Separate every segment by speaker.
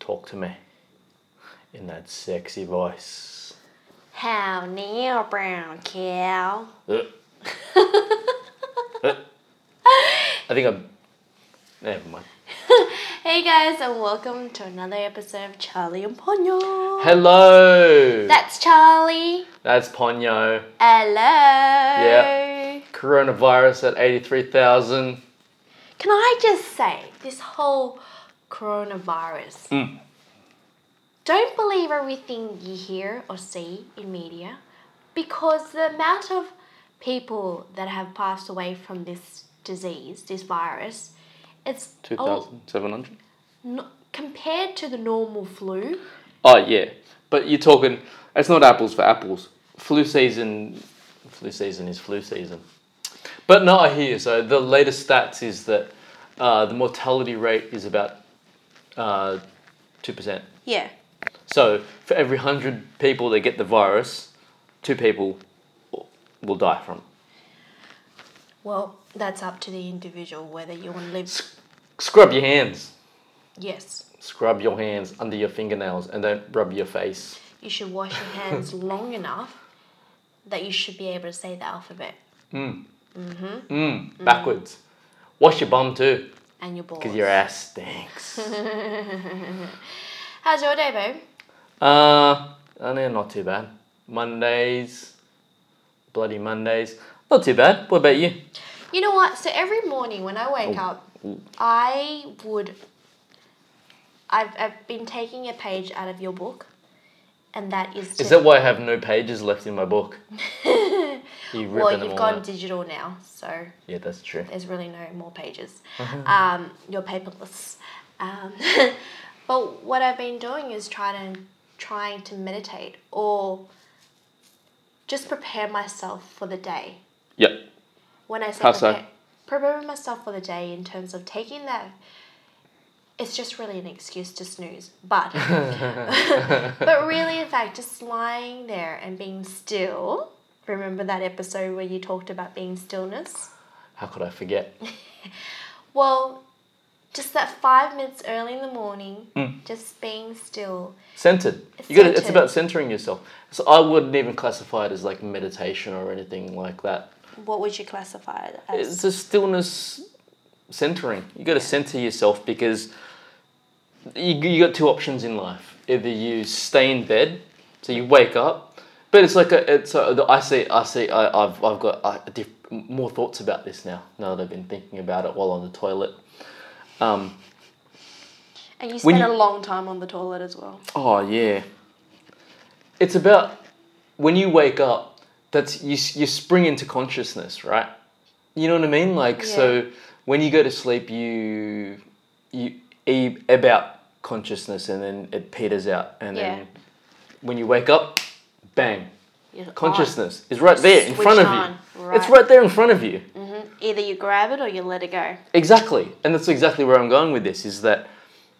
Speaker 1: Talk to me in that sexy voice.
Speaker 2: How now, brown cow?
Speaker 1: Ugh. Ugh. I think I'm. Never mind.
Speaker 2: Hey guys, and welcome to another episode of Charlie and Ponyo.
Speaker 1: Hello!
Speaker 2: That's Charlie.
Speaker 1: That's Ponyo.
Speaker 2: Hello.
Speaker 1: Coronavirus at 83,000.
Speaker 2: Can I just say, this whole coronavirus.
Speaker 1: Mm.
Speaker 2: Don't believe everything you hear or see in media because the amount of people that have passed away from this disease, this virus, it's a-
Speaker 1: 2,700?
Speaker 2: no, compared to the normal flu.
Speaker 1: Oh, yeah. But you're talking. It's not apples for apples. Flu season. Flu season is flu season. But no, I hear you. So the latest stats is that uh, the mortality rate is about uh, 2%.
Speaker 2: Yeah.
Speaker 1: So for every 100 people that get the virus, two people w- will die from it.
Speaker 2: Well, that's up to the individual whether you want to live.
Speaker 1: Scrub your hands.
Speaker 2: Yes,
Speaker 1: Scrub your hands under your fingernails and don't rub your face.
Speaker 2: you should wash your hands long enough that you should be able to say the alphabet
Speaker 1: Mm, backwards. Wash your bum too,
Speaker 2: and your balls.
Speaker 1: because your ass stinks.
Speaker 2: How's your day, babe?
Speaker 1: Uh, I mean, not too bad. Mondays, bloody Mondays. Not too bad. What about you?
Speaker 2: You know what? So every morning when I wake up, I would. I've, I've been taking a page out of your book, and that is. To,
Speaker 1: Is that why I have no pages left in my book? you ripping
Speaker 2: well,
Speaker 1: them
Speaker 2: you've
Speaker 1: all
Speaker 2: gone
Speaker 1: out.
Speaker 2: digital now, so
Speaker 1: Yeah, that's true.
Speaker 2: there's really no more pages.
Speaker 1: Uh-huh.
Speaker 2: um, you're paperless. Um, but what I've been doing is trying to trying to meditate or just prepare myself for the day.
Speaker 1: Yeah.
Speaker 2: When I say
Speaker 1: How so?
Speaker 2: prepare, prepare myself for the day in terms of taking that, it's just really an excuse to snooze. But but really, in fact, just lying there and being still. Remember that episode where you talked about being stillness?
Speaker 1: How could I forget?
Speaker 2: Well, just that five minutes early in the morning,
Speaker 1: Mm.
Speaker 2: just being still.
Speaker 1: Centered. You got to It's
Speaker 2: centered.
Speaker 1: about centering yourself. So I wouldn't even classify it as like meditation or anything like that.
Speaker 2: What would you classify it as?
Speaker 1: It's a stillness centering. You got to center yourself because you, you got two options in life. Either you stay in bed, so you wake up, but it's like a, it's a, the- I see I see I, I've I've got uh diff, more thoughts about this now. Now that I've been thinking about it while on the toilet. Um,
Speaker 2: and you
Speaker 1: when
Speaker 2: spent a long time on the toilet as well.
Speaker 1: Oh yeah. It's about when you wake up. That's you. s- You spring into consciousness, right? You know what I mean. Like so, when you go to sleep, you you e- about consciousness, and then it peters out, and
Speaker 2: Yeah.
Speaker 1: then when you wake up, bang,
Speaker 2: You're on.
Speaker 1: consciousness is right there in
Speaker 2: Switch
Speaker 1: front of
Speaker 2: Oh, on,
Speaker 1: you. It's
Speaker 2: right.
Speaker 1: right there in front of you.
Speaker 2: Either you grab it or you let it go.
Speaker 1: Exactly, and that's exactly where I'm going with this. Is that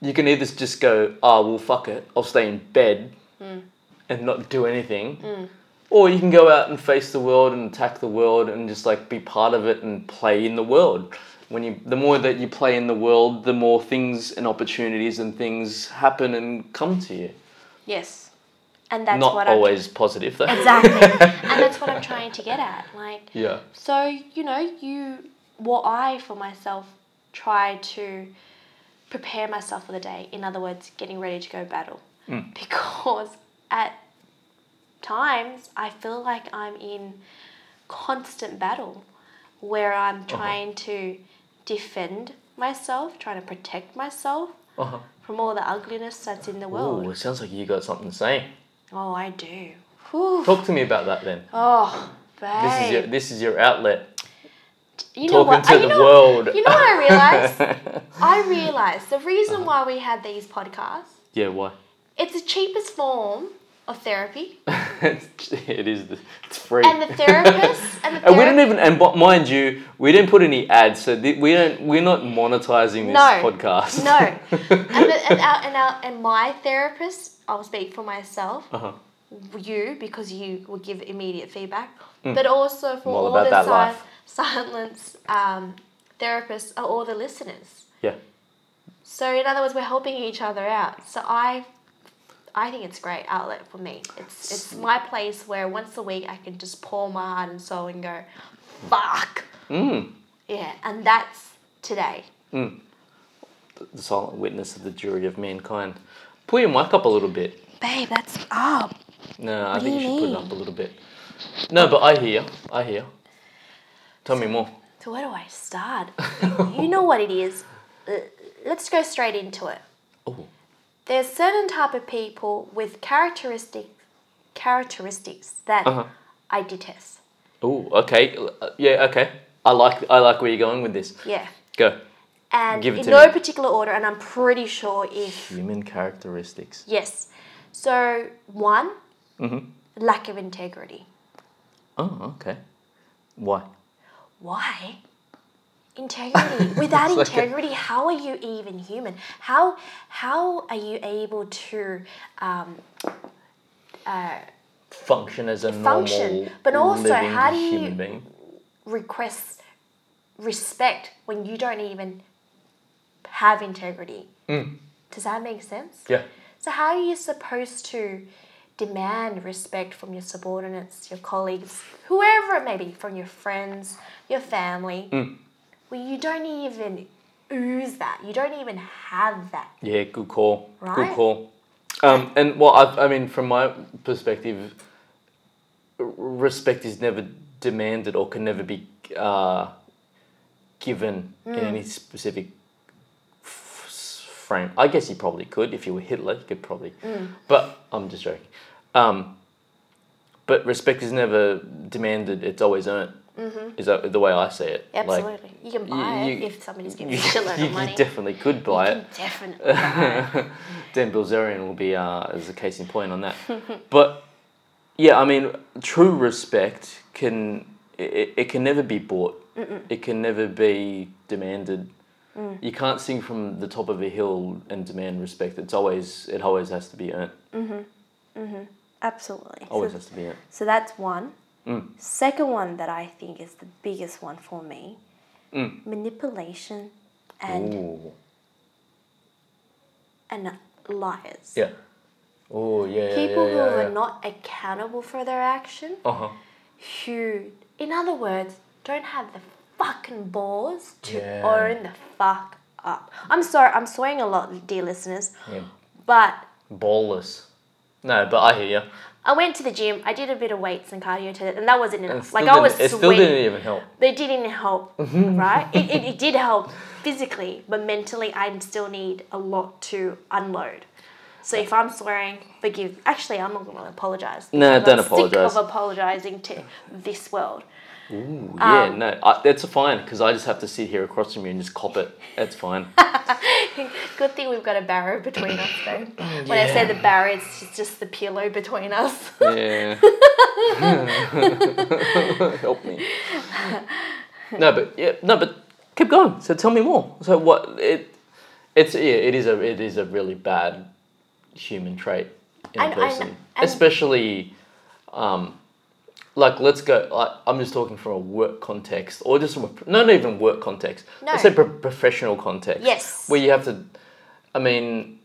Speaker 1: you can either just go, "Ah, well, fuck it, I'll stay in bed
Speaker 2: Hmm.
Speaker 1: and not do anything," or you can go out and face the world and attack the world and just like be part of it and play in the world. When you, the more that you play in the world, the more things and opportunities and things happen and come to you.
Speaker 2: Yes. And that's
Speaker 1: not
Speaker 2: what
Speaker 1: always positive though.
Speaker 2: I'm exactly. and that's what I'm trying to get at. Like,
Speaker 1: Yeah.
Speaker 2: so you know, you what I for myself try to prepare myself for the day. In other words, getting ready to go battle.
Speaker 1: Mm.
Speaker 2: Because at times I feel like I'm in constant battle where
Speaker 1: Uh-huh.
Speaker 2: I'm trying to defend myself, trying to protect myself
Speaker 1: Uh-huh.
Speaker 2: from all the ugliness that's in the world.
Speaker 1: Ooh, it sounds like you got something to say.
Speaker 2: Oh, I do. Whew.
Speaker 1: Talk to me about that then.
Speaker 2: Oh, babe.
Speaker 1: This is your this is your outlet.
Speaker 2: you know
Speaker 1: talking
Speaker 2: what? Uh,
Speaker 1: to
Speaker 2: you
Speaker 1: the
Speaker 2: know,
Speaker 1: world.
Speaker 2: You know what I realized? I realized the reason
Speaker 1: Uh-huh.
Speaker 2: why we had these podcasts.
Speaker 1: yeah, why?
Speaker 2: It's the cheapest form of therapy,
Speaker 1: it is. The, it's free.
Speaker 2: and the therapist and the
Speaker 1: And we
Speaker 2: therapist.
Speaker 1: didn't even, and bu- mind you, we didn't put any ads, so th- we don't. We're not monetizing this
Speaker 2: No.
Speaker 1: podcast.
Speaker 2: No, and, the, and, our, and, our, and my therapist, I'll speak for myself,
Speaker 1: Uh-huh.
Speaker 2: you because you will give immediate feedback, but also for
Speaker 1: Mm. I'm all
Speaker 2: all,
Speaker 1: about
Speaker 2: the
Speaker 1: that
Speaker 2: si-
Speaker 1: life.
Speaker 2: silence um, therapists, or all the listeners.
Speaker 1: Yeah.
Speaker 2: So in other words, we're helping each other out. So I, I think it's a great outlet for me. It's it's my place where once a week I can just pour my heart and soul and go, fuck.
Speaker 1: Mm.
Speaker 2: Yeah, and that's today.
Speaker 1: The silent witness of the jury of mankind. Pull your mic up a little bit.
Speaker 2: Babe, that's up.
Speaker 1: No, I think you
Speaker 2: do you
Speaker 1: should put it
Speaker 2: mean?
Speaker 1: up a little bit. No, but I hear. I hear. Tell me more.
Speaker 2: So where do I start? you know what it is. L- Let's go straight into it.
Speaker 1: Oh,
Speaker 2: There's certain type of people with characteristic characteristics that
Speaker 1: Uh-huh.
Speaker 2: I detest.
Speaker 1: oh, okay. Uh, Yeah, okay. I like. I like where you're going with this.
Speaker 2: Yeah.
Speaker 1: Go.
Speaker 2: And
Speaker 1: Give it
Speaker 2: in
Speaker 1: to
Speaker 2: no
Speaker 1: me.
Speaker 2: particular order, and I'm pretty sure if
Speaker 1: Human characteristics.
Speaker 2: Yes. So one,
Speaker 1: Mm-hmm.
Speaker 2: lack of integrity.
Speaker 1: Oh, okay. Why?
Speaker 2: Why? Integrity. Without
Speaker 1: It's like a-
Speaker 2: integrity, how are you even human? How how are you able to um,
Speaker 1: Function as a
Speaker 2: Function,
Speaker 1: normal,
Speaker 2: but also,
Speaker 1: living
Speaker 2: how do you-
Speaker 1: human being.
Speaker 2: request respect when you don't even have integrity?
Speaker 1: Mm.
Speaker 2: Does that make sense?
Speaker 1: Yeah.
Speaker 2: So how are you supposed to demand respect from your subordinates, your colleagues, whoever it may be, from your friends, your family,
Speaker 1: Mm.
Speaker 2: where you don't even ooze that, you don't even have that.
Speaker 1: Yeah, good call. Good
Speaker 2: Right?
Speaker 1: call. Um, and well, I, I mean, from my perspective, r- respect is never demanded or can never be uh, given
Speaker 2: Hmm.
Speaker 1: in any specific f- s- frame. I guess you probably could if you were Hitler, you could probably.
Speaker 2: Hmm.
Speaker 1: But I'm just joking. Um, but respect is never demanded; it's always earned. Is that the way I see it? Like,
Speaker 2: Mm-hmm. Absolutely, you can buy
Speaker 1: you-
Speaker 2: it if somebody's giving
Speaker 1: you,
Speaker 2: you a shitload
Speaker 1: you-
Speaker 2: of
Speaker 1: you
Speaker 2: money.
Speaker 1: definitely could buy it.
Speaker 2: You definitely. buy it.
Speaker 1: Dan Bilzerian will be uh, as a case in point on that. but yeah, I mean, true respect can it, it can never be bought. It can never be demanded.
Speaker 2: Mm.
Speaker 1: You can't sing from the top of a hill and demand respect. It's always it always has to be earned.
Speaker 2: Absolutely. So,
Speaker 1: Always Mm. has to be earned.
Speaker 2: so that's one. Second one that I think is the biggest one for me:
Speaker 1: Mm.
Speaker 2: manipulation and
Speaker 1: Ooh.
Speaker 2: and liars.
Speaker 1: Yeah. Oh yeah. yeah,
Speaker 2: people
Speaker 1: yeah,
Speaker 2: who
Speaker 1: yeah,
Speaker 2: are
Speaker 1: yeah.
Speaker 2: not accountable for their action,
Speaker 1: Uh-huh.
Speaker 2: who, in other words, don't have the fucking balls to
Speaker 1: Yeah.
Speaker 2: own the fuck up. I'm sorry, I'm swearing a lot, dear listeners,
Speaker 1: Yeah.
Speaker 2: but
Speaker 1: Ballless. No, but I hear you.
Speaker 2: I went to the gym, I did a bit of weights and cardio today, and that wasn't enough.
Speaker 1: Still
Speaker 2: like, I was
Speaker 1: didn't- it still
Speaker 2: sweating.
Speaker 1: didn't even help.
Speaker 2: They didn't help, right? It, it, it did help physically, but mentally, I still need a lot to unload. So if I'm swearing, forgive. Actually, I'm not going to apologize.
Speaker 1: No,
Speaker 2: because
Speaker 1: don't
Speaker 2: I'm
Speaker 1: apologise.
Speaker 2: Sick of apologizing to this world. Um,
Speaker 1: Ooh, yeah, no, I, that's fine because I just have to sit here across from you and just cop it. That's fine.
Speaker 2: Good thing we've got a barrier between us, though. When I say the barrier, it's just- just the pillow between us.
Speaker 1: yeah. Help me. No, but yeah, no, but keep going. So tell me more. So what it, it's yeah, it is a it is a really bad human trait in
Speaker 2: And-
Speaker 1: a
Speaker 2: and-
Speaker 1: person,
Speaker 2: and-
Speaker 1: especially, um, like let's go. Like, I'm just talking from a work context, or just from a, not even work context. Let's
Speaker 2: No.
Speaker 1: say pro- professional context.
Speaker 2: Yes.
Speaker 1: Where you have to, I mean,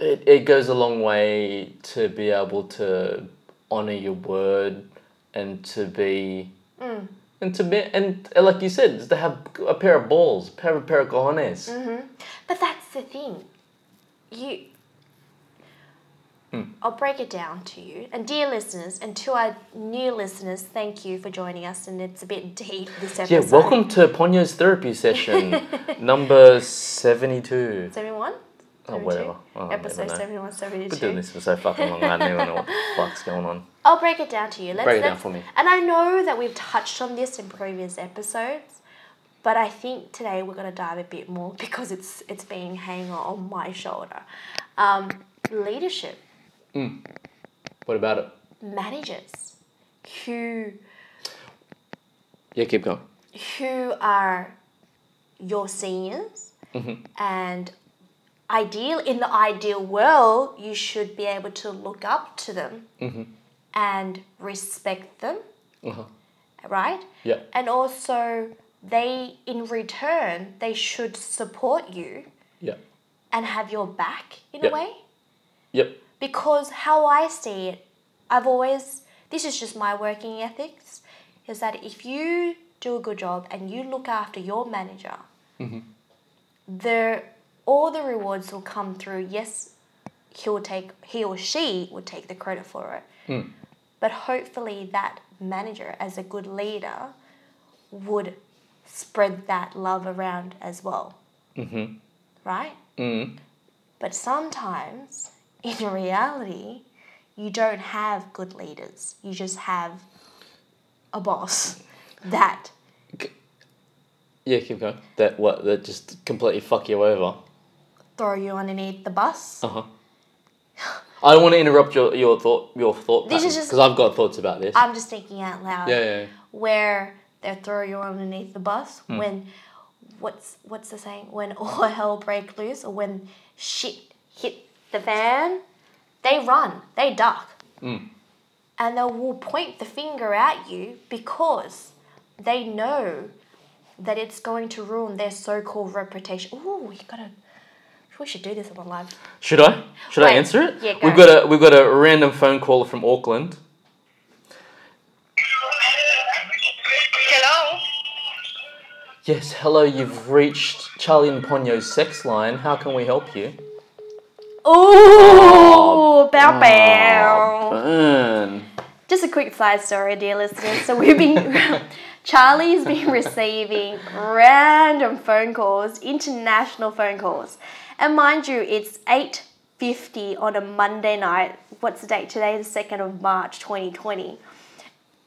Speaker 1: it, it goes a long way to be able to honor your word and to be
Speaker 2: Mm.
Speaker 1: and to be and uh, like you said just to have a pair of balls pair of pair of cojones
Speaker 2: Mm, But that's the thing. You.
Speaker 1: Hmm.
Speaker 2: I'll break it down to you. And dear listeners, and to our new listeners, thank you for joining us. And it's a bit deep this episode.
Speaker 1: yeah welcome to ponyo's therapy session number 72
Speaker 2: 71?
Speaker 1: oh whatever I don't
Speaker 2: Episode
Speaker 1: even know.
Speaker 2: 71,
Speaker 1: I've been doing
Speaker 2: 72.
Speaker 1: this for so fucking long i don't even know what the fuck's going on
Speaker 2: I'll break it down to you. Let's,
Speaker 1: Break it down
Speaker 2: let's-
Speaker 1: for me.
Speaker 2: And I know that we've touched on this in previous episodes, but I think today we're gonna dive a bit more because it's it's been hanging on my shoulder. Um, leadership,
Speaker 1: what about it
Speaker 2: managers, who
Speaker 1: yeah keep going
Speaker 2: who are your seniors and ideal in the ideal world you should be able to look up to them and respect them
Speaker 1: uh-huh.
Speaker 2: right
Speaker 1: yeah
Speaker 2: and also they in return they should support you
Speaker 1: Yep.
Speaker 2: and have your back in
Speaker 1: Yep.
Speaker 2: a way
Speaker 1: Yep.
Speaker 2: because how I see it, I've always this is just my working ethics is that if you do a good job and you look after your manager, Mm-hmm. the all the rewards will come through. Yes, he'll take he or she will take the credit for it, but hopefully that manager, as a good leader, would spread that love around as well. Mm-hmm. Right. But sometimes, in reality, you don't have good leaders. You just have a boss that
Speaker 1: Yeah, keep going. That what? That just completely fuck you over.
Speaker 2: throw you underneath the bus.
Speaker 1: Uh huh. I don't want to interrupt your, your thought your thought
Speaker 2: This is just-
Speaker 1: because I've got thoughts about this.
Speaker 2: I'm just thinking out loud.
Speaker 1: yeah, yeah, yeah.
Speaker 2: Where they throw you underneath the bus when what's what's the saying? When all hell break loose or when shit hit the fan, they run, they duck. And they will point the finger at you because they know that it's going to ruin their so-called reputation. Ooh, you gotta. We should do this on the live.
Speaker 1: Should I? Should I
Speaker 2: Wait,
Speaker 1: answer it?
Speaker 2: yeah, go.
Speaker 1: We've got a we've got a random phone caller from Auckland.
Speaker 3: Hello.
Speaker 1: Yes, hello. You've reached Charlie and Ponyo's sex line. How can we help you?
Speaker 2: Ooh,
Speaker 1: oh,
Speaker 2: bow bow.
Speaker 1: Burn.
Speaker 2: Just a quick side story, dear listeners. So we've been Charlie's been receiving random phone calls, international phone calls, and mind you, it's eight fifty on a Monday night. What's the date today? The second of March, twenty twenty.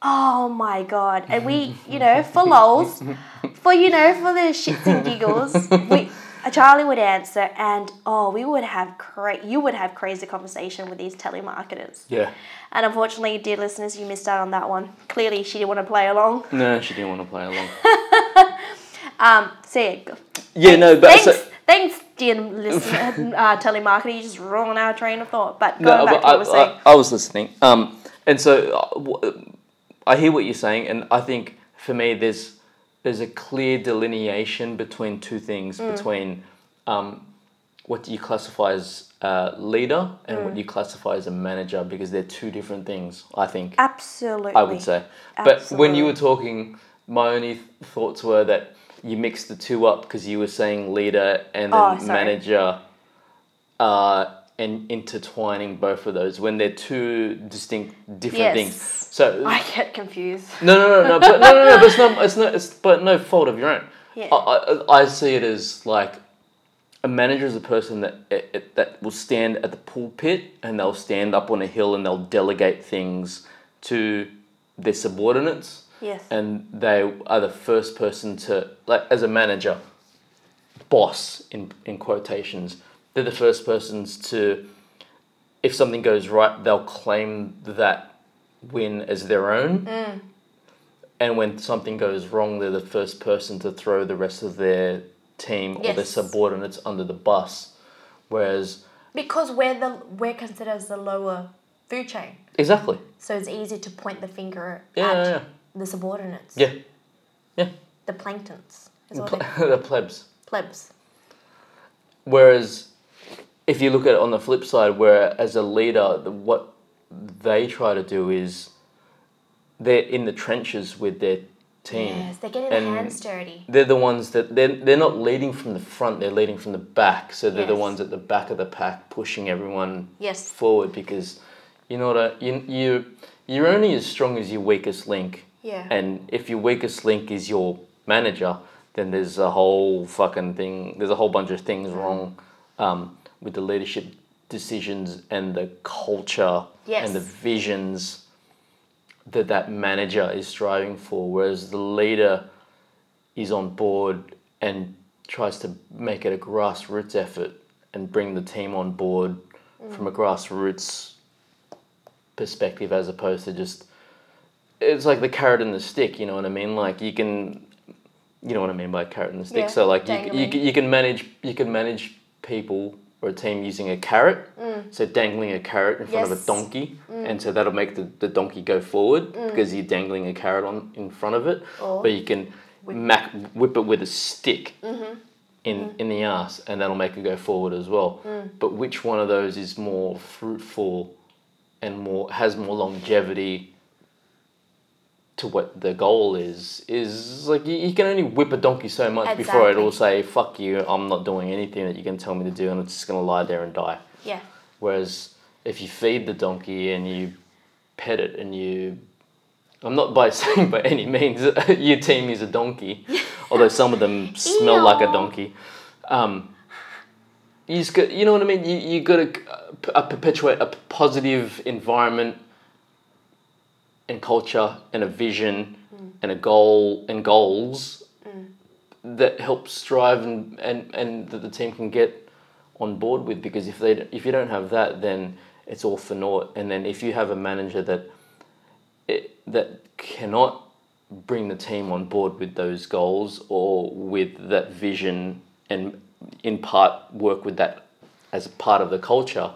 Speaker 2: Oh my god! And we, you know, for lols, for you know, for the shits and giggles, we. Charlie would answer, and oh, we would have cra- you would have crazy conversation with these telemarketers.
Speaker 1: Yeah.
Speaker 2: And unfortunately, dear listeners, you missed out on that one. Clearly, she didn't want to play along.
Speaker 1: No, she didn't want to play along.
Speaker 2: Um, so yeah, go-
Speaker 1: yeah, no, but
Speaker 2: thanks,
Speaker 1: so,
Speaker 2: thanks, dear listener, uh, telemarketer. You just ruined our train of thought. But
Speaker 1: no,
Speaker 2: going back to
Speaker 1: I,
Speaker 2: what we're saying,
Speaker 1: I- I was listening. Um, and so uh, w- I hear what you're saying, and I think for me, there's there's a clear delineation between two things
Speaker 2: Mm.
Speaker 1: between um, what do you classify as a leader and
Speaker 2: Mm.
Speaker 1: what you classify as a manager because they're two different things. I think.
Speaker 2: absolutely,
Speaker 1: I would say. But when you were talking, my only th- thoughts were that you mixed the two up because you were saying leader and then
Speaker 2: Oh, sorry.
Speaker 1: manager, uh, and intertwining both of those when they're two distinct, different things.
Speaker 2: Yes.
Speaker 1: So
Speaker 2: I get confused.
Speaker 1: no, no, no, no, but no, no, no, but it's not, it's not, it's but no fault of your own.
Speaker 2: Yeah.
Speaker 1: I, I, I see it as like a manager is a person that it, it, that will stand at the pulpit and they'll stand up on a hill and they'll delegate things to their subordinates.
Speaker 2: Yes.
Speaker 1: And they are the first person to like as a manager, boss in in quotations. They're the first persons to, if something goes right, they'll claim that win as their own.
Speaker 2: Mm.
Speaker 1: And when something goes wrong, they're the first person to throw the rest of their team or their
Speaker 2: Yes.
Speaker 1: subordinates under the bus. Whereas,
Speaker 2: Because we're the we're considered as the lower food chain,
Speaker 1: exactly.
Speaker 2: so it's easy to point the finger
Speaker 1: Yeah,
Speaker 2: at
Speaker 1: yeah, yeah.
Speaker 2: the subordinates,
Speaker 1: Yeah. Yeah.
Speaker 2: the planktons, is what
Speaker 1: Ple-
Speaker 2: they
Speaker 1: the plebs.
Speaker 2: plebs.
Speaker 1: Whereas, if you look at it on the flip side, where as a leader, the, what they try to do is they're in the trenches with their team.
Speaker 2: Yes, they're getting
Speaker 1: And-
Speaker 2: their hands dirty.
Speaker 1: they're the ones that they're, they're not leading from the front they're leading from the back so they're the
Speaker 2: Yes.
Speaker 1: ones at the back of the pack pushing everyone
Speaker 2: Yes.
Speaker 1: forward because you're not a you, you you're only as strong as your weakest link
Speaker 2: Yeah.
Speaker 1: and if your weakest link is your manager then there's a whole fucking thing there's a whole bunch of things wrong um, with the leadership decisions and the culture
Speaker 2: Yes.
Speaker 1: and the visions that that manager is striving for whereas the leader is on board and tries to make it a grassroots effort and bring the team on board from a grassroots perspective as opposed to just it's like the carrot and the stick you know what i mean like you can you know what i mean by carrot and the stick
Speaker 2: Yeah,
Speaker 1: so like you, you,
Speaker 2: dangling.
Speaker 1: you can manage you can manage people or a team using a carrot so dangling a carrot in front of a
Speaker 2: Yes.
Speaker 1: donkey and so that'll make the, the donkey go forward because you're dangling a carrot on in front of it
Speaker 2: Or-
Speaker 1: but you can mac, whip it with a stick in, in the ass, and that'll make it go forward as well. But which one of those is more fruitful and more has more longevity to what the goal is? Is like you, you can only whip a donkey so much before
Speaker 2: Exactly.
Speaker 1: it'll say, fuck you, I'm not doing anything that you can tell me to do, and it's just gonna lie there and die.
Speaker 2: Yeah.
Speaker 1: Whereas if you feed the donkey and you pet it and you, I'm not by saying by any means your team is a donkey, although some of them smell like a
Speaker 2: Ew.
Speaker 1: donkey. Um, you just got, you know what I mean. You you got to uh, p- uh, perpetuate a p- positive environment and culture and a vision and a goal and goals that help strive and, and, and that the team can get on board with because if they if you don't have that then it's all for naught and then if you have a manager that it, that cannot bring the team on board with those goals or with that vision and in part work with that as a part of the culture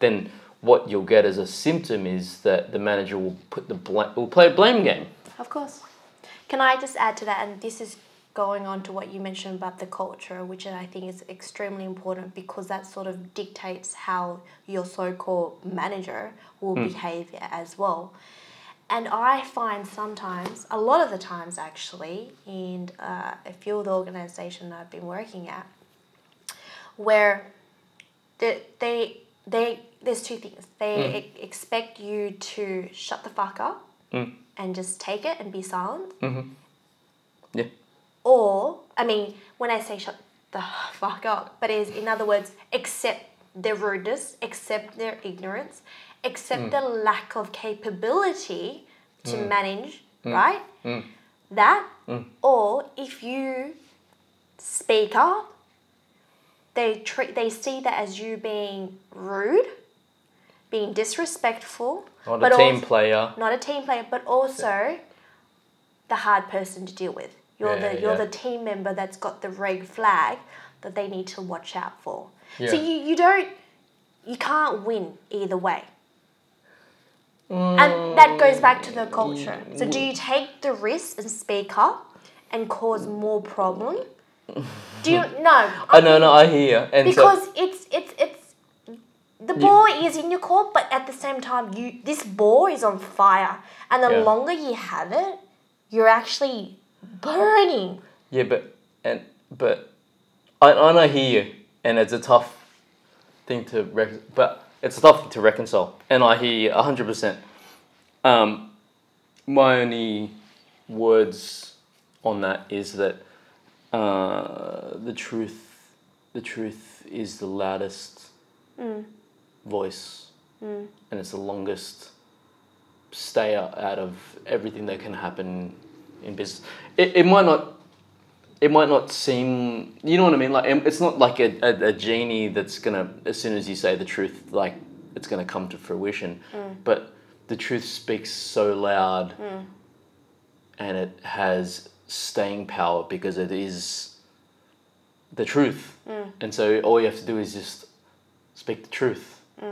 Speaker 1: then what you'll get as a symptom is that the manager will put the bla- will play a blame game
Speaker 2: Of course. Can I just add to that? And this is going on to what you mentioned about the culture, which I think is extremely important because that sort of dictates how your so called manager will behave as well. And I find sometimes, a lot of the times actually, in uh, a few of the organizations I've been working at, where they, they, they there's two things. They e- expect you to shut the fuck up and just take it and be silent.
Speaker 1: Mm-hmm. yeah
Speaker 2: Or, I mean, when I say shut the fuck up, but is in other words, accept their rudeness, accept their ignorance, accept
Speaker 1: Mm.
Speaker 2: the lack of capability to manage,
Speaker 1: Mm.
Speaker 2: right? That, or if you speak up, they treat they see that as you being rude, being disrespectful,
Speaker 1: not
Speaker 2: but
Speaker 1: a team
Speaker 2: also-
Speaker 1: player
Speaker 2: not a team player, but also the hard person to deal with. You're
Speaker 1: Yeah,
Speaker 2: the you're
Speaker 1: yeah.
Speaker 2: the team member that's got the red flag that they need to watch out for. So
Speaker 1: Yeah.
Speaker 2: you, you don't you can't win either way.
Speaker 1: Mm.
Speaker 2: And that goes back to the culture. So do you take the risk and speak up and cause more problem? Do you no?
Speaker 1: I Uh, no no I hear and so-
Speaker 2: because it's it's it's the ball is in your court, but at the same time, you this ball is on fire, and the
Speaker 1: Yeah.
Speaker 2: longer you have it, you're actually burning.
Speaker 1: Yeah, but and but I I know I hear you, and it's a tough thing to rec- but it's a tough thing to reconcile, and I hear you hundred percent. Um, my only words on that is that uh, the truth, the truth is the loudest voice, and it's the longest stay out, out of everything that can happen in business. It, it might not it might not seem you know what I mean like um, it's not like a, a, a genie that's gonna as soon as you say the truth like it's gonna come to fruition
Speaker 2: Mm.
Speaker 1: but the truth speaks so loud and it has staying power because it is the truth
Speaker 2: Mm.
Speaker 1: and so all you have to do is just speak the truth say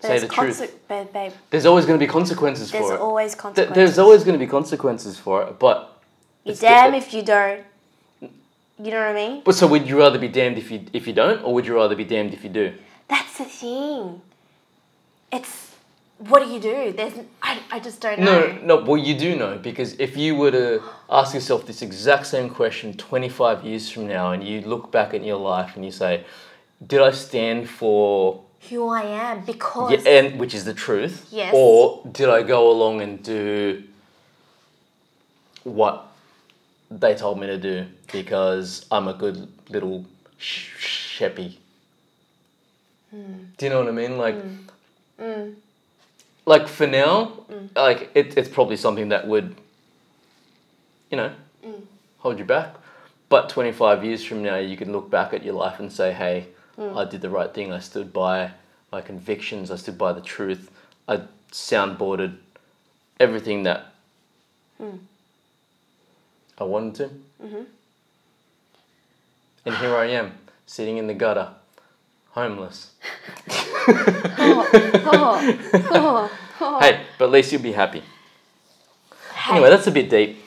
Speaker 2: There's
Speaker 1: the
Speaker 2: conse-
Speaker 1: truth
Speaker 2: babe, babe,
Speaker 1: there's always going to be consequences
Speaker 2: there's
Speaker 1: for it
Speaker 2: always
Speaker 1: Th-
Speaker 2: consequences.
Speaker 1: there's always going to be consequences for it but
Speaker 2: you
Speaker 1: it's-
Speaker 2: damn if you don't. You know what I mean?
Speaker 1: But so would you rather be damned if you if you don't, or would you rather be damned if you do?
Speaker 2: That's the thing. It's what do you do? There's I, I just don't know.
Speaker 1: No, no. Well, you do know because if you were to ask yourself this exact same question twenty five years from now, and you look back at your life and you say, "Did I stand for?"
Speaker 2: Who I am because
Speaker 1: Yeah, and which is the truth.
Speaker 2: Yes.
Speaker 1: Or did I go along and do what they told me to do because I'm a good little sh- sheppy? Do you know what I mean? Like, Hmm. like for now, like it, it's probably something that would, you know, hold you back. But 25 years from now, you can look back at your life and say, hey,
Speaker 2: Hmm.
Speaker 1: I did the right thing. I stood by my convictions. I stood by the truth. I soundboarded everything that
Speaker 2: Hmm.
Speaker 1: I wanted to.
Speaker 2: Mm-hmm.
Speaker 1: And here I am, sitting in the gutter, homeless.
Speaker 2: Oh,
Speaker 1: Hey, but at least you'll be happy.
Speaker 2: Hey.
Speaker 1: Anyway, that's a bit deep.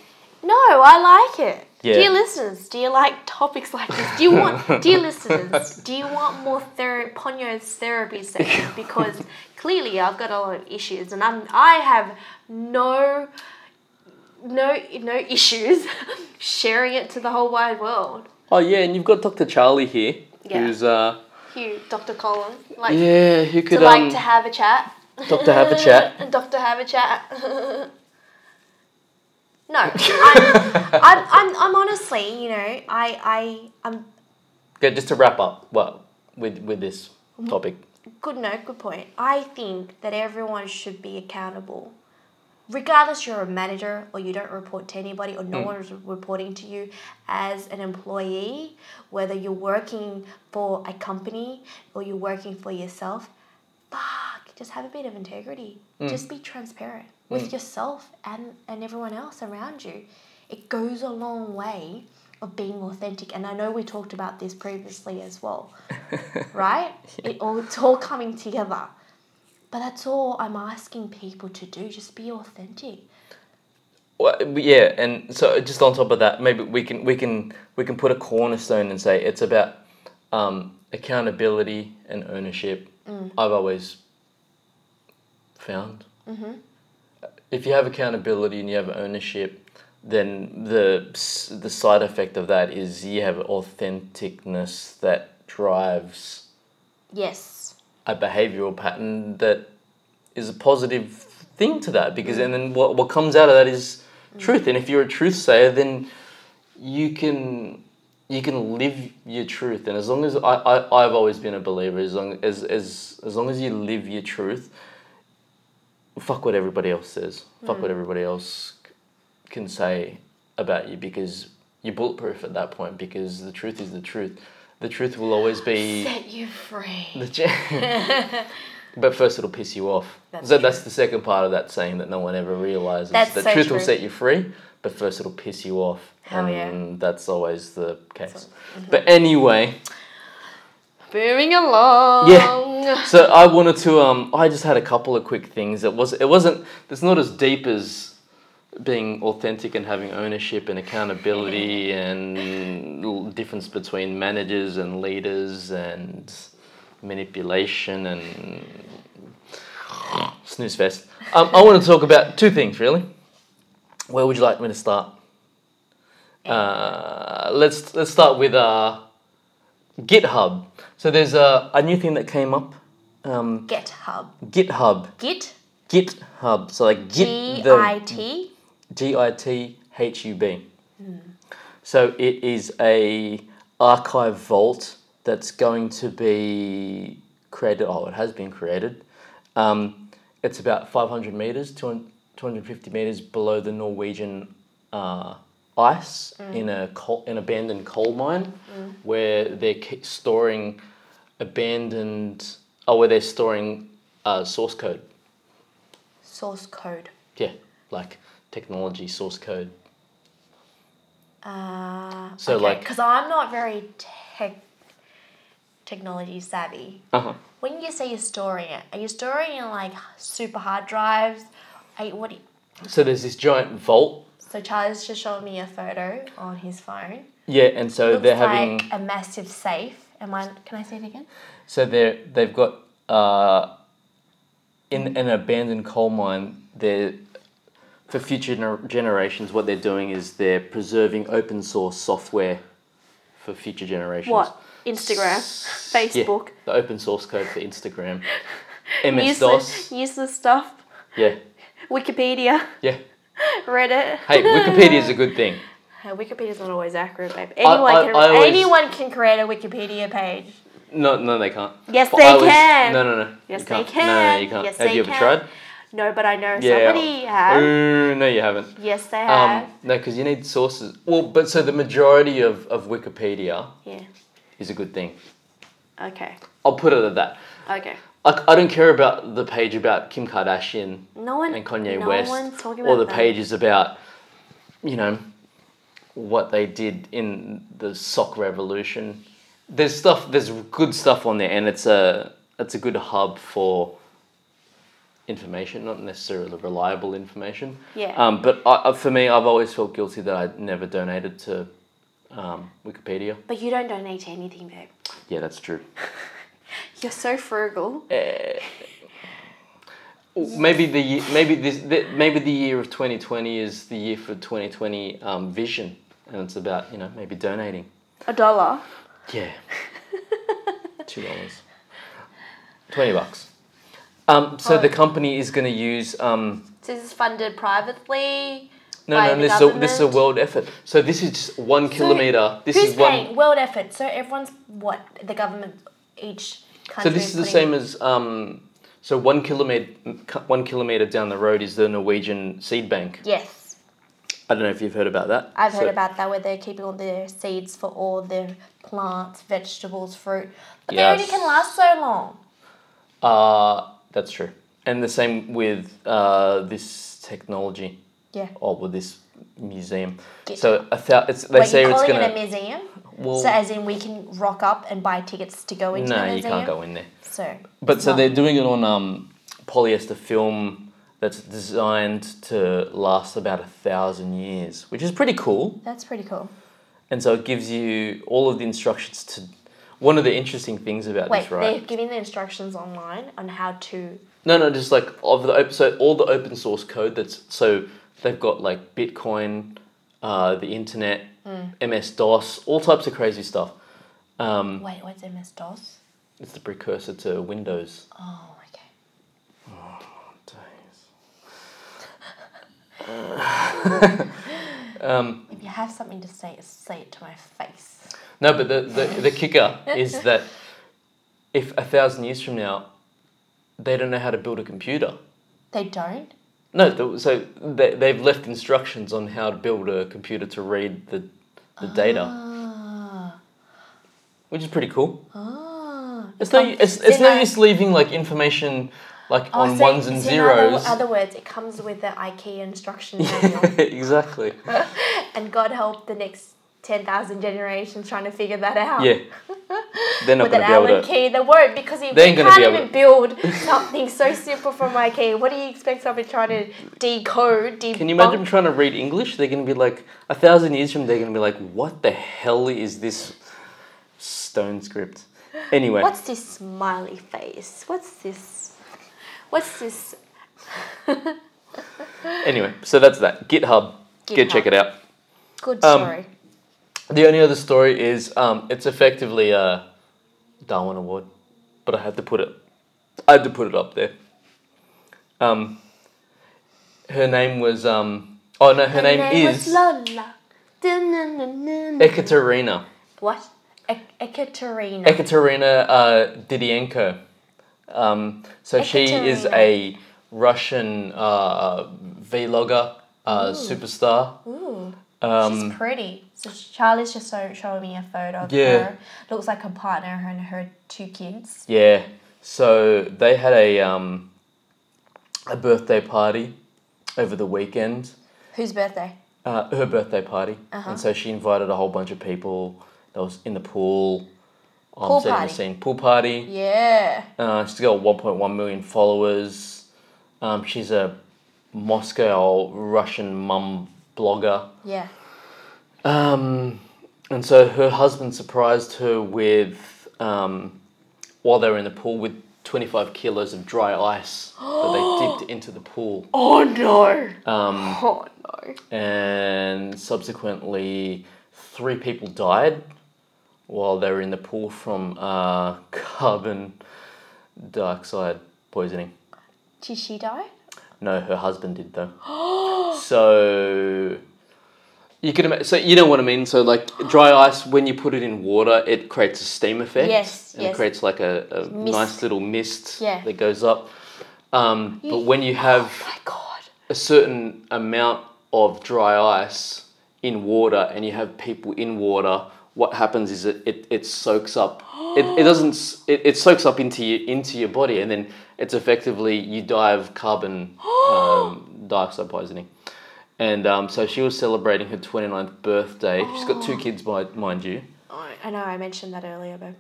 Speaker 2: No, I like it.
Speaker 1: Yeah.
Speaker 2: Dear listeners, do you like topics like this? Do you want, dear listeners, do you want more ther- Ponyo's therapy session? Because clearly, I've got a lot of issues, and I'm I have no, no, no issues sharing it to the whole wide world.
Speaker 1: oh yeah, and you've got Dr. Charlie here,
Speaker 2: Yeah.
Speaker 1: who's uh
Speaker 2: You, Dr. Colin, like
Speaker 1: yeah, who could
Speaker 2: to like
Speaker 1: um,
Speaker 2: to have a chat.
Speaker 1: Dr. Have a chat.
Speaker 2: Doctor have a chat. no, I'm, I'm, I'm, I'm honestly, you know, I, I, I'm
Speaker 1: yeah, just to wrap up. Well, with with this topic.
Speaker 2: good. No, good point. I think that everyone should be accountable, regardless you're a manager or you don't report to anybody or no one is reporting to you as an employee, whether you're working for a company or you're working for yourself. Fuck, just have a bit of integrity. Just be transparent with yourself and, and everyone else around you. It goes a long way of being authentic. And I know we talked about this previously as well, right? It all, it's all coming together. But that's all I'm asking people to do. Just be authentic.
Speaker 1: Well, yeah, and so just on top of that, maybe we can we can we can put a cornerstone and say it's about um, accountability and ownership. I've always found if you have accountability and you have ownership, then the s- the side effect of that is you have authenticness that drives
Speaker 2: Yes.
Speaker 1: a behavioral pattern that is a positive thing to that because and then what, what comes out of that is truth and if you're a truth sayer then you can you can live your truth and as long as I, I I've always been a believer as long as as as long as you live your truth fuck what everybody else says fuck what everybody else c- can say about you because you're bulletproof at that point because the truth is the truth the truth will always be
Speaker 2: Set you free.
Speaker 1: the cha- but first, it'll piss you off.
Speaker 2: That's
Speaker 1: so that's the second part of that saying that no one ever realizes.
Speaker 2: That's
Speaker 1: the
Speaker 2: so
Speaker 1: truth will
Speaker 2: true.
Speaker 1: set you free, but first, it'll piss you off.
Speaker 2: Hell yeah. mm-hmm.
Speaker 1: and that's always the case. But anyway,
Speaker 2: Moving along.
Speaker 1: so I wanted to. Um, I just had a couple of quick things. It was. It wasn't. It's not as deep as being authentic and having ownership and accountability and l- difference between managers and leaders and manipulation and snooze fest. Um, I want to talk about two things really. Where would you like me to start? Uh, let's let's start with uh, GitHub. So there's a, a new thing that came up. Um,
Speaker 2: GitHub.
Speaker 1: GitHub.
Speaker 2: Git.
Speaker 1: GitHub. So like Git
Speaker 2: G
Speaker 1: the-
Speaker 2: I T.
Speaker 1: G I T H U B. Hmm. So it is a archive vault that's going to be created. Oh, it has been created. Um, it's about 500 meters, 200, 250 meters below the Norwegian uh, ice
Speaker 2: Hmm.
Speaker 1: in a coal, an abandoned coal mine, where they're ki- storing abandoned. Oh, where they're storing uh, source code.
Speaker 2: Source code.
Speaker 1: Yeah, like technology source code.
Speaker 2: Uh,
Speaker 1: So, like-
Speaker 2: because I'm not very tech technology savvy.
Speaker 1: Uh huh.
Speaker 2: When you say you're storing it, are you storing it in like super hard drives? Are you, what? do you-
Speaker 1: So there's this giant vault.
Speaker 2: so Charlie's just showing me a photo on his phone.
Speaker 1: Yeah, and so
Speaker 2: Looks
Speaker 1: they're having
Speaker 2: like a massive safe. Am I? Can I see it again?
Speaker 1: so they're they've got uh, in an abandoned coal mine. They're for future gener- generations. What they're doing is they're preserving open source software for future generations.
Speaker 2: What? Instagram,
Speaker 1: Yeah,
Speaker 2: Facebook,
Speaker 1: the open source code for Instagram, MS
Speaker 2: useless,
Speaker 1: DOS.
Speaker 2: useless stuff,
Speaker 1: Yeah,
Speaker 2: Wikipedia,
Speaker 1: yeah.
Speaker 2: Reddit.
Speaker 1: Hey, Wikipedia is a good thing.
Speaker 2: Uh, Wikipedia's not always accurate, babe. Anyone,
Speaker 1: I-
Speaker 2: can,
Speaker 1: I always-
Speaker 2: anyone can create a Wikipedia page.
Speaker 1: No, no, they can't.
Speaker 2: Yes,
Speaker 1: But
Speaker 2: they
Speaker 1: I was-
Speaker 2: can.
Speaker 1: No, no, no.
Speaker 2: Yes,
Speaker 1: you
Speaker 2: they
Speaker 1: can't.
Speaker 2: can.
Speaker 1: No, no, no, you can't.
Speaker 2: Yes,
Speaker 1: Have
Speaker 2: they
Speaker 1: you ever
Speaker 2: can.
Speaker 1: tried?
Speaker 2: No, but I know
Speaker 1: Yeah.
Speaker 2: somebody has.
Speaker 1: Oh, no, you haven't.
Speaker 2: Yes, they have.
Speaker 1: Um, no, because you need sources. Well, but so the majority of, of Wikipedia
Speaker 2: yeah.
Speaker 1: is a good thing.
Speaker 2: Okay.
Speaker 1: I'll put it at that.
Speaker 2: Okay.
Speaker 1: I, I don't care about the page about Kim Kardashian
Speaker 2: No one.
Speaker 1: and Kanye
Speaker 2: no
Speaker 1: West,
Speaker 2: one's talking about
Speaker 1: or the
Speaker 2: that.
Speaker 1: pages about, you know, what they did in the sock revolution. There's stuff. There's good stuff on there, and it's a it's a good hub for information, not necessarily reliable information.
Speaker 2: Yeah.
Speaker 1: Um, but I, I- for me, I've always felt guilty that I never donated to um, Wikipedia.
Speaker 2: But you don't donate to anything, babe.
Speaker 1: Yeah, that's true.
Speaker 2: You're so frugal.
Speaker 1: Eh. Maybe the ye- maybe this the, maybe the year of 2020 is the year for 2020 um, vision, and it's about you know maybe donating.
Speaker 2: A dollar.
Speaker 1: Yeah. Two dollars. Twenty bucks. Um, so
Speaker 2: Oh.
Speaker 1: the company is going to use. Um,
Speaker 2: So this is funded privately.
Speaker 1: no,
Speaker 2: by
Speaker 1: no,
Speaker 2: the
Speaker 1: this is, a, this is a
Speaker 2: government?
Speaker 1: world effort. So this is just one kilometer. This
Speaker 2: Who's
Speaker 1: is one.
Speaker 2: paying? World effort. So everyone's what the government each
Speaker 1: So
Speaker 2: country.
Speaker 1: this is the
Speaker 2: putting-
Speaker 1: same as um, so one kilometer one kilometer down the road is the Norwegian seed bank.
Speaker 2: Yes,
Speaker 1: I don't know if you've heard about that.
Speaker 2: I've
Speaker 1: So-
Speaker 2: heard about that where they're keeping all their seeds for all their plants, vegetables, fruit, but they only
Speaker 1: Yes.
Speaker 2: can last so long.
Speaker 1: Uh, that's true. And the same with uh, this technology
Speaker 2: Yeah.
Speaker 1: or with this museum.
Speaker 2: Get-
Speaker 1: So a thou- it's, they
Speaker 2: Wait,
Speaker 1: say
Speaker 2: you're
Speaker 1: it's
Speaker 2: calling
Speaker 1: gonna.
Speaker 2: it a museum?
Speaker 1: Well-
Speaker 2: so as in we can rock up and buy tickets to go into the
Speaker 1: no,
Speaker 2: museum.
Speaker 1: you can't go in there.
Speaker 2: So.
Speaker 1: But so
Speaker 2: not-
Speaker 1: they're doing it on um, polyester film that's designed to last about a thousand years, which is pretty cool.
Speaker 2: That's pretty cool.
Speaker 1: And so it gives you all of the instructions to. One of the interesting things about
Speaker 2: Wait,
Speaker 1: this, right?
Speaker 2: they're giving the instructions online on how to.
Speaker 1: No, no, just like of the op- so all the open source code that's so they've got like Bitcoin, uh, the internet, MS DOS, all types of crazy stuff. Um,
Speaker 2: Wait, what's MS DOS?
Speaker 1: it's the precursor to Windows.
Speaker 2: Oh, okay.
Speaker 1: Oh, Um,
Speaker 2: If you have something to say, say it to my face.
Speaker 1: No, but the, the, the kicker is that if a thousand years from now, they don't know how to build a computer.
Speaker 2: They don't?
Speaker 1: No, th- so they, they've left instructions on how to build a computer to read the, the data,
Speaker 2: Ah.
Speaker 1: which is pretty cool.
Speaker 2: Ah.
Speaker 1: It's no,
Speaker 2: Um,
Speaker 1: it's, it's
Speaker 2: then
Speaker 1: no
Speaker 2: I-
Speaker 1: use leaving like information like
Speaker 2: Oh,
Speaker 1: on
Speaker 2: so-
Speaker 1: ones and
Speaker 2: so in other-
Speaker 1: zeros.
Speaker 2: other words, it comes with the IKEA instruction manual.
Speaker 1: exactly.
Speaker 2: and God help the next 10,000 generations trying to figure that out.
Speaker 1: Yeah. They're not
Speaker 2: With
Speaker 1: going
Speaker 2: an
Speaker 1: to be able
Speaker 2: Allen
Speaker 1: to.
Speaker 2: key, they won't because you
Speaker 1: They ain't gonna
Speaker 2: can't
Speaker 1: be
Speaker 2: even build something so simple from IKEA. What do you expect somebody trying to decode, debunk?
Speaker 1: Can you imagine trying to read English? They're going to be like, a thousand years from, they're going to be like, what the hell is this stone script? Anyway,
Speaker 2: What's this smiley face? What's this? What's this?
Speaker 1: anyway, so that's that. GitHub. Go check
Speaker 2: GitHub.
Speaker 1: it out.
Speaker 2: Good
Speaker 1: Um,
Speaker 2: story.
Speaker 1: The only other story is um, it's effectively a Darwin Award, but I had to put it. I had to put it up there. Um, her name was um, oh no, her, name,
Speaker 2: was
Speaker 1: is
Speaker 2: Lola. Dun-dun-dun-dun.
Speaker 1: Ekaterina
Speaker 2: what? E- Ekaterina.
Speaker 1: Ekaterina uh, Didienko. Um, so she is
Speaker 2: Ekaterina.
Speaker 1: a Russian uh, vlogger uh, superstar.
Speaker 2: Ooh,
Speaker 1: Um,
Speaker 2: she's pretty. So Charlie's just so, showing me a photo of
Speaker 1: Yeah.
Speaker 2: her. Looks like her partner and her two kids.
Speaker 1: Yeah. So they had a um, a birthday party over the weekend.
Speaker 2: Whose birthday?
Speaker 1: Uh, her birthday party,
Speaker 2: Uh-huh.
Speaker 1: and so she invited a whole bunch of people. That was in the pool. Um,
Speaker 2: Pool
Speaker 1: so you
Speaker 2: party.
Speaker 1: Seen pool party.
Speaker 2: Yeah.
Speaker 1: Uh, she's got 1.1 million followers. Um, she's a Moscow Russian mum blogger.
Speaker 2: Yeah.
Speaker 1: Um, and so her husband surprised her with, um, while they were in the pool, with 25 kilos of dry ice that they dipped into the pool.
Speaker 2: Oh no.
Speaker 1: Um,
Speaker 2: oh no.
Speaker 1: and subsequently, three people died while they were in the pool from uh, carbon dioxide poisoning.
Speaker 2: Did she die?
Speaker 1: No, her husband did though. so you can imagine. So you know what I mean. So like dry ice, when you put it in water, it creates a steam effect.
Speaker 2: Yes,
Speaker 1: and
Speaker 2: yes.
Speaker 1: it creates like a, a
Speaker 2: Mist.
Speaker 1: nice little mist
Speaker 2: Yeah.
Speaker 1: that goes up. Um, but when you have
Speaker 2: My God.
Speaker 1: a certain amount of dry ice in water and you have people in water, what happens is it, it, it soaks up. It, it doesn't. s- It, it soaks up into your into your body, and then it's effectively you die of carbon um, dioxide poisoning. And um, so she was celebrating her 29th birthday. She's got two kids, mind mind you. Oh.
Speaker 2: I know. I mentioned that earlier, but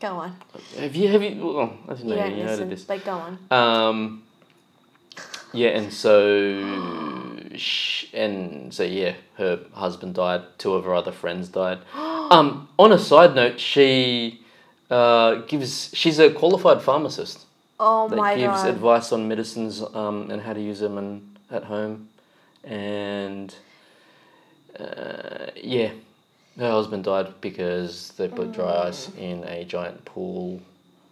Speaker 2: Go on.
Speaker 1: Have you have you? Well, I didn't
Speaker 2: You
Speaker 1: know
Speaker 2: don't
Speaker 1: you, you heard
Speaker 2: listen,
Speaker 1: of this.
Speaker 2: but go on.
Speaker 1: Um, yeah, and so sh- and so yeah, her husband died. Two of her other friends died. Um, on a side note, she uh, gives. She's a qualified pharmacist
Speaker 2: Oh
Speaker 1: that
Speaker 2: my
Speaker 1: gives
Speaker 2: god.
Speaker 1: advice on medicines um, and how to use them and at home, and uh, yeah, her husband died because they put
Speaker 2: Mm.
Speaker 1: dry ice in a giant pool.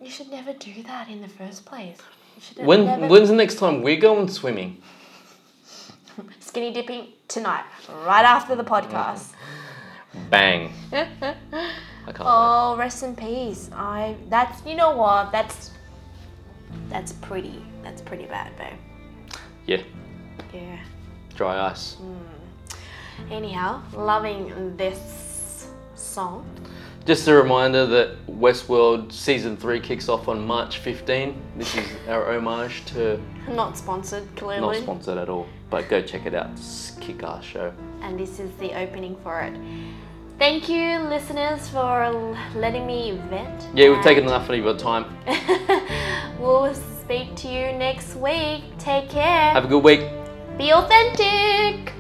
Speaker 2: You should never do that in the first place. You should
Speaker 1: When
Speaker 2: never
Speaker 1: when's the next time we're going swimming?
Speaker 2: skinny dipping tonight, right after the podcast.
Speaker 1: Bang! I can't.
Speaker 2: Oh, rest in peace. I that's you know what that's that's pretty that's pretty bad, babe.
Speaker 1: wait. Yeah,
Speaker 2: Yeah.
Speaker 1: dry ice.
Speaker 2: Anyhow, loving this song.
Speaker 1: Just a reminder that Westworld season three kicks off on March 15. This is our homage to
Speaker 2: Not sponsored, clearly.
Speaker 1: not sponsored at all, but go check it out. It's a kick-ass show.
Speaker 2: and this is the opening for it. Thank you, listeners, for l- letting me vent.
Speaker 1: Yeah, we've taken
Speaker 2: and
Speaker 1: enough of your time.
Speaker 2: we'll speak to you next week. Take care.
Speaker 1: Have a good week.
Speaker 2: Be authentic.